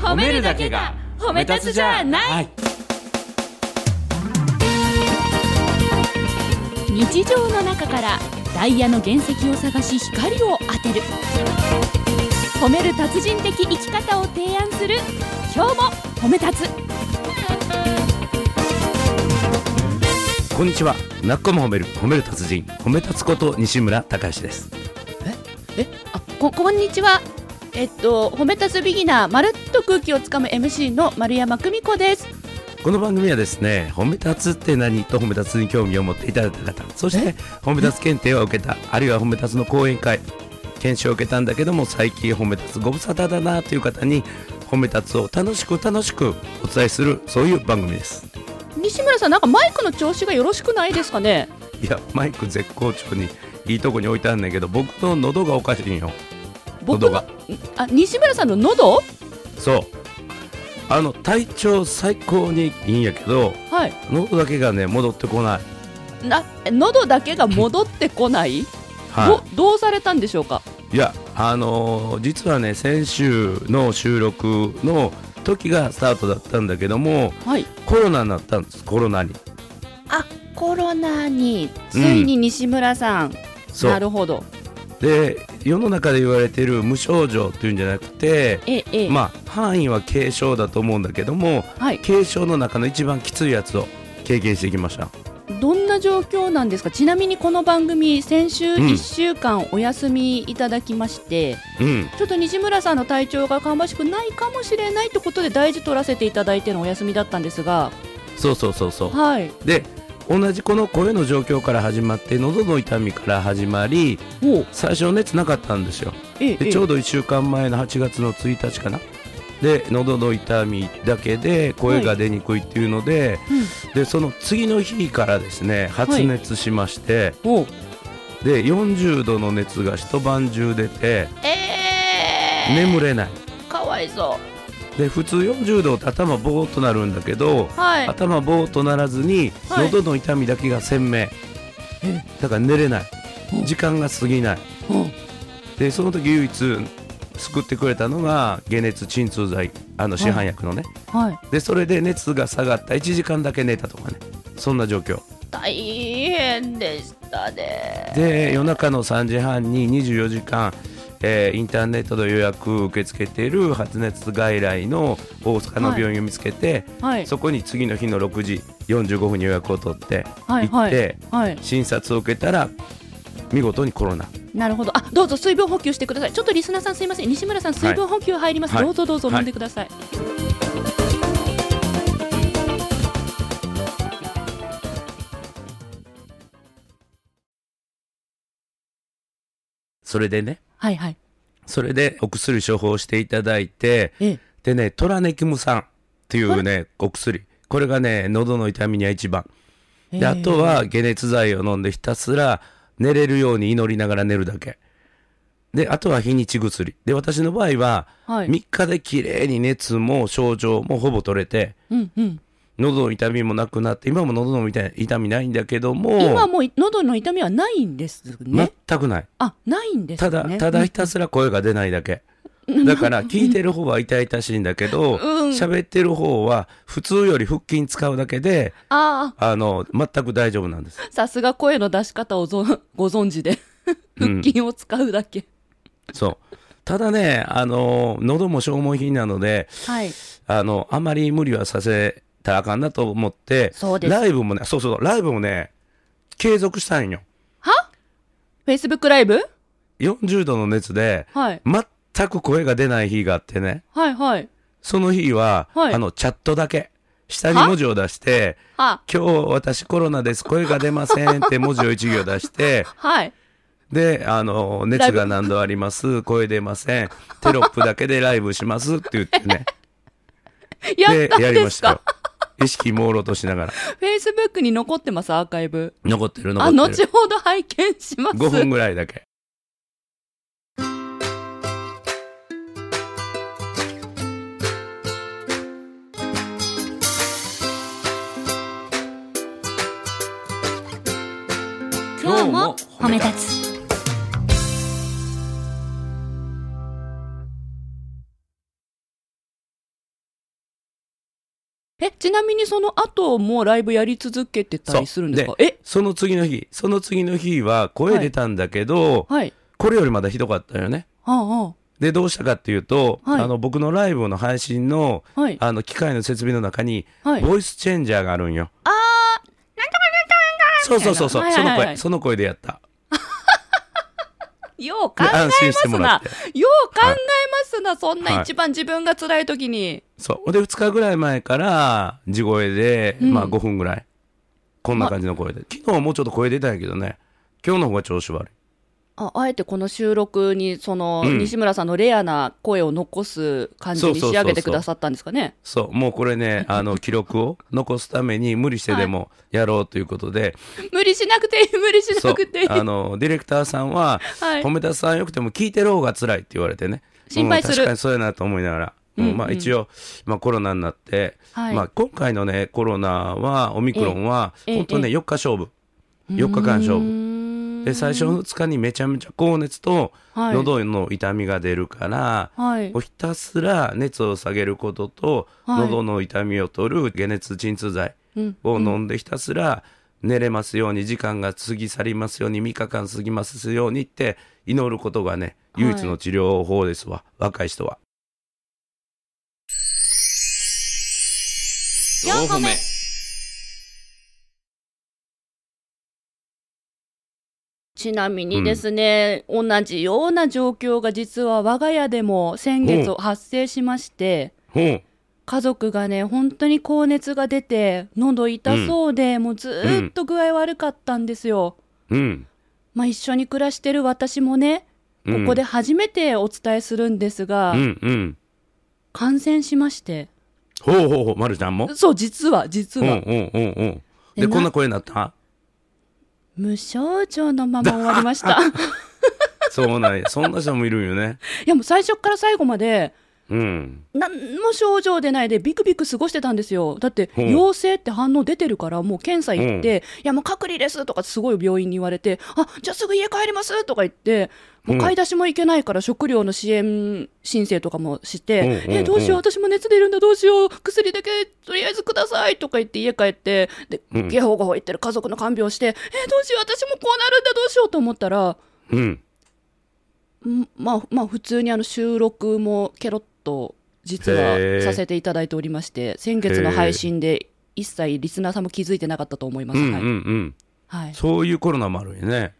褒めるだけが褒め立つじゃない日常の中からダイヤの原石を探し光を当てる褒める達人的生き方を提案する今日も褒め立つこんにちはなっこも褒める褒める達人褒め立つこと西村隆史ですあここんにちはえっと褒め立つビギナーまるっと空気をつかむ MC の丸山久美子ですこの番組はですね褒め立つって何と褒め立つに興味を持っていただいた方そして褒め立つ検定を受けたあるいは褒め立つの講演会研修を受けたんだけども最近褒め立つご無沙汰だなという方に褒め立つを楽しく楽しくお伝えするそういう番組です西村さんなんかマイクの調子がよろしくないですかねいやマイク絶好調にいいとこに置いてあんねんけど僕の喉がおかしいんよ僕喉がのあ西村さんの喉そうあの体調最高にいいんやけどはい喉だけがね戻ってこない、な喉だけが戻ってこない、はどどうされたんでしょうかい、いやあのー実はね先週の収録の時がスタートだったんだけどもはいコロナになったんですコロナにあコロナについに西村さん、そなうるほどで世の中で言われてる無症状っていうんじゃなくてええ、まあ範囲は軽症だと思うんだけどもはい軽症の中の一番きついやつを経験してきましたどんな状況なんですかちなみにこの番組先週うん1週間お休みいただきまして、うんちょっと西村さんの体調が芳しくないかもしれないってことで大事取らせていただいてのお休みだったんですがそうそうそうそうはいで同じこの声の状況から始まって喉の痛みから始まりおう最初熱なかったんですよえええでえちょうど1週間前の8月の1日かなで喉の痛みだけで声が出にくいっていうので,、でその次の日からですね発熱しまして、うんおうで40度の熱が一晩中出てええ眠れないかわいそうで普通40度って頭ボーっとなるんだけど、はい頭ボーっとならずにはい喉の痛みだけが鮮明、だから寝れないうん時間が過ぎないうんでその時唯一救ってくれたのが解熱鎮痛剤あの市販薬のね、はいでそれで熱が下がった1時間だけ寝たとかねそんな状況大変でしたねで夜中の3時半に24時間、えーインターネットで予約を受け付けている発熱外来の大阪の病院を見つけて、はいそこに次の日の6時45分に予約を取っては行っいて、はいはい診察を受けたら見事にコロナなるほどあどうぞ水分補給してくださいちょっとリスナーさんすいません西村さん水分補給入ります、はいどうぞどうぞはい飲んでください、それでねはいはいそれでお薬処方していただいてええでねトラネキム酸っていうねお薬これがね喉の痛みには一番であとは解熱剤を飲んでひたすら寝れるように祈りながら寝るだけであとは日にち薬で私の場合ははい3日で綺麗に熱も症状もほぼ取れてうんうん喉の痛みもなくなって今も喉の痛み痛みないんだけども今もう喉の痛みはないんですね、全くないあないんですたねだ、ただひたすら声が出ない だけ。だから、聞いてる方は痛々しいんだけうど、ん喋、ってる方は普通より腹筋使うだけで、ああの、全く大丈夫なんです。あ、さすが声の出し方をぞんご存知で、腹筋を使うだけ。そう。ただね、あの、喉も消耗品なので、 はい。あの、あまり無理はさせたらあかんなと思って、そうですライブもね、そうそう、ライブもね、継続したいんよ。 Facebook ライブ40度の熱で、はい。全く声が出ない日があってね。はいはい。その日は、はいあの、チャットだけ。下に文字を出して、あ、今日私コロナです、声が出ませんって文字を一行出して、はい。で、あの、熱が何度あります、声出ません、テロップだけでライブしますって言ってね。やっでた、んやりでますしたよか。意識朦朧としながら。 ?Facebook に残ってますアーカイブ。残ってる、あ、残って後る。ほど拝見します。 5分ぐらいだけ。今日も褒め立つえ、ちなみにその後もライブやり続けてたりするんですかそうえその次の日、その次の日は声出たんだけど、はい。これよりまだひどかったよね。ああ、で、どうしたかっていうと、はいあの、僕のライブの配信の、はいあの、機械の設備の中に、はいボイスチェンジャーがあるんよ。ああ、そうそうそうそう、はいはそいのはい声、その声でやった。よう考で、え安心してまもすらっなて。。よう考えますな、そんはない一番自分が辛い時に。そう。ほんで、2日ぐらい前から、地声で、うんまあ5分ぐらい。こんな感じの声で。昨日はもうちょっと声出たんやけどね。今日の方が調子悪い。ああえてこの収録に、その、うん西村さんのレアな声を残す感じそうにそうそうそう仕上げてくださったんですかね。そう。もうこ れね、あの、記録を残すために無理してでもやろうということで、無理しなくていい、無理しそなうくていい。。あの、ディレクターさんは、はい褒めたさんよくても聞いてる方が辛いって言われてね。心配するうん確かにそうやなと思いながら。うんうんうんまあ一応、まあコロナになって、はいまあ今回のね、コロナは、オミクロンは、ええ本当ね、え4日勝負。4日間勝負。負で、最初の2日にめちゃめちゃ高熱と、はい喉の痛みが出るから、はいもう。ひたすら熱を下げることと、はい喉の痛みを取る解熱鎮痛剤うんを飲んでひたすら寝れますように、時間が過ぎ去りますように、3日間過ぎますようにって祈ることがね、はい唯一の治療法ですわ、若い人は。 4個目ちなみにですね、同じような状況が実は我が家でも先月うん発生しまして、ほう家族がね、本当に高熱が出て、喉痛そうで、もうずーっと具合悪かったんですよ。うん。まあ一緒に暮らしてる私もね、こうんこで初めてお伝えするんですが、うんうん。感染しまして。ほうほうほう、まるちゃんもそう、実は、実うんうは。んうんうん。でで、こんな声になった無症状のまま終わりました。そうなんや。そんな人もいるんよね。いやもう最初から最後まで、うん。何も症状出ないで、ビクビク過ごしてたんですよ。だって、うん陽性って反応出てるから、もう検査行って、いや、もう隔離ですとか、すごい病院に言われて、あじゃあすぐ家帰りますとか言って、もううん買い出しも行けないから、食料の支援申請とかもして、うんえ、どうしよう、うん私も熱出るんだ、どうしよう、薬だけとりあえずくださいとか言って、家帰って、でう、んゲホゲホ言ってる家族の看病して、え、どうしよう、私もこうなるんだ、どうしようと思ったら、うん。んまあ、まあ、普通にあの収録もケロッと実へはーさせていただいておりまして、先月の配信で一切リスナーさんも気づいてなかったと思いまうす。んうはいんうん。はいそういうコロナもあるよね。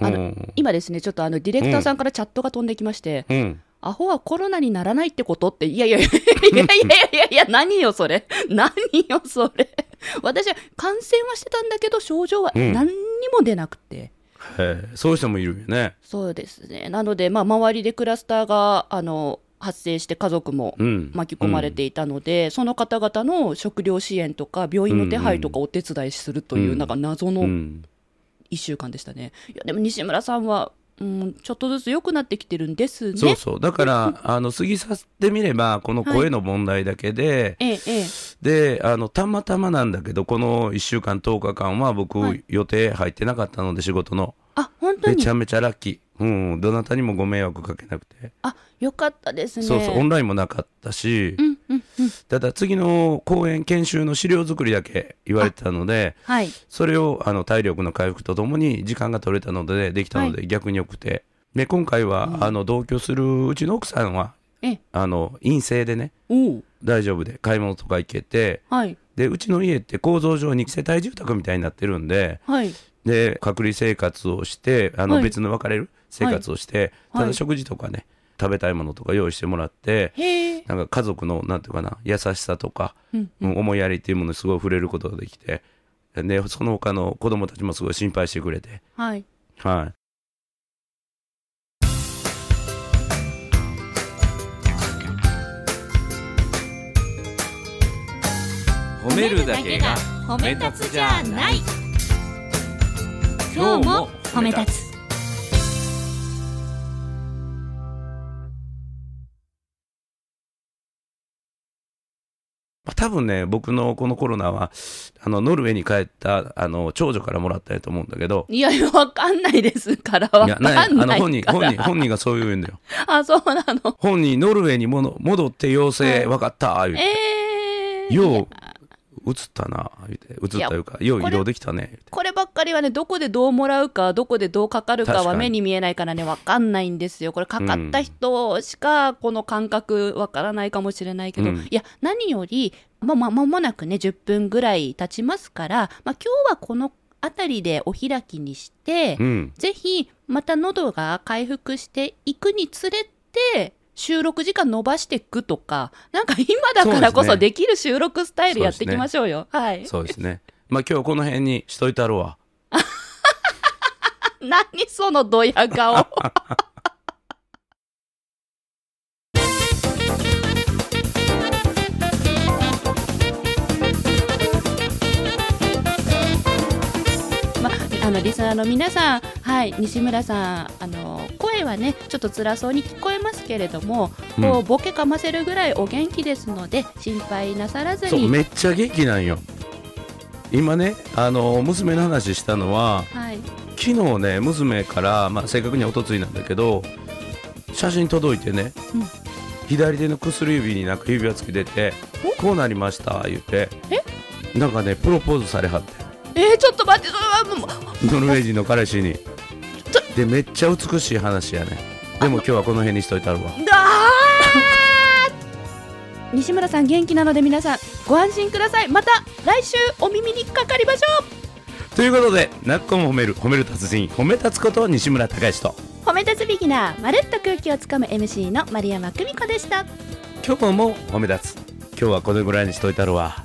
あうのん今ですね、ちょっとあのディレクターさんからチャットが飛んできまして、うん。アホはコロナにならないってことって、いやいやいやいやいやいやいや、何よそれ、何よそれ、私は感染はしてたんだけど、症状はうん何にも出なくて。へえそういう人もいるよね。そうですね。なので、まあ、周りでクラスターが、あの、発生して家族もうん巻き込まれていたので、その方々の食料支援とか、病院の手配とかお手伝いするという、うんなんか謎うのん。 1週間でしたね。いや、でも西村さんは、うん、ちょっとずつ良くなってきてるんですね。そうそう。だから、あの、過ぎ去ってみれば、この声の問題だけで、ええ、ええ。で、あの、たまたまなんだけど、この1週間、10日間は僕、はい予定入ってなかったので、仕事の。あ、本当めにち。ゃめちゃラッキー。うん。どなたにもご迷惑かけなくて。あ、よかったですね。そうそう。オンんラインもなかったし、うん、うん。ただ次の講演、研修の資料作りだけ言われてたので、はい。それをあの体力の回復とともに時間が取れたのでできたので、逆によくてで今回は、あの同居するうちの奥さんはええ。あの陰性でねおう大丈夫で買い物とか行けてはい。でうちの家って構造上に世帯住宅みたいになってるんではい。で隔離生活をしてあの、はい別の別れる生活をして、はいただ食事とかね食べたいものとか用意してもらって。へえ。なんか家族のなんていうかな優しさとか、うんうん思いやりっていうものにすごい触れることができてでその他の子供たちもすごい心配してくれて、はい。は褒めるだけが褒め立つじゃない今日も褒め立つい、多分ね僕のこのコロナはあのノルウェーに帰ったあの長女からもらったやと思うんだけどいや、わかんないですから、わかんないやいから。あの本人本人本人がそう言うんだよあ、そうなの。本人ノルウェーにもの戻って陽性、わかった言うて、ええよう映ったな言うて映ったというかようこ移れ動できたね言うてこればっかりはね、どこでどうもらうか、どこでどうかかるか確かはに目に見えないからね、わかんないんですよ。これ、かかった人しか、この感覚、わからないかもしれないけど、うんいや、何より、まあ、まあ、間もなくね、10分ぐらい経ちますから、まあ、今日はこの辺りでお開きにして、うんぜひ、また喉が回復していくにつれて、収録時間伸ばしていくとか、なんか今だからこそそうでできる収録スタイルやっていきましょうよ。はい。そうですねまあ今日この辺にしといたろうわ何そのドヤ 顔。まあのリスナーの皆さん、はい、西村さん、あの声はね、ちょっと辛そうに聞こえますけれども、こうボケかませるぐらいお元気ですので、心配なさらずそうに、めっちゃ元気なんよ今ねあの娘の話したのははい、昨日ね娘から、まあ、正確にはおとついなんだけど写真届いてね、うん左手の薬指になんか指輪つけてて「こうなりました」言ってなんかねプロポーズされはってえー、ちょっと待って、それはもうノルウェー人の彼氏にちょでめっちゃ美しい話やねでも今日はこの辺にしといたるわあー 西村さん元気なので皆さんご安心くださいまた来週お耳にかかりましょということで「なっこも褒める褒める達人褒め立つこと西村隆之とう褒め立つビギナーまるっと空気をつかむ MC の丸山久美子でした今日も褒め立つ今日はこのぐらいにしといたるわ」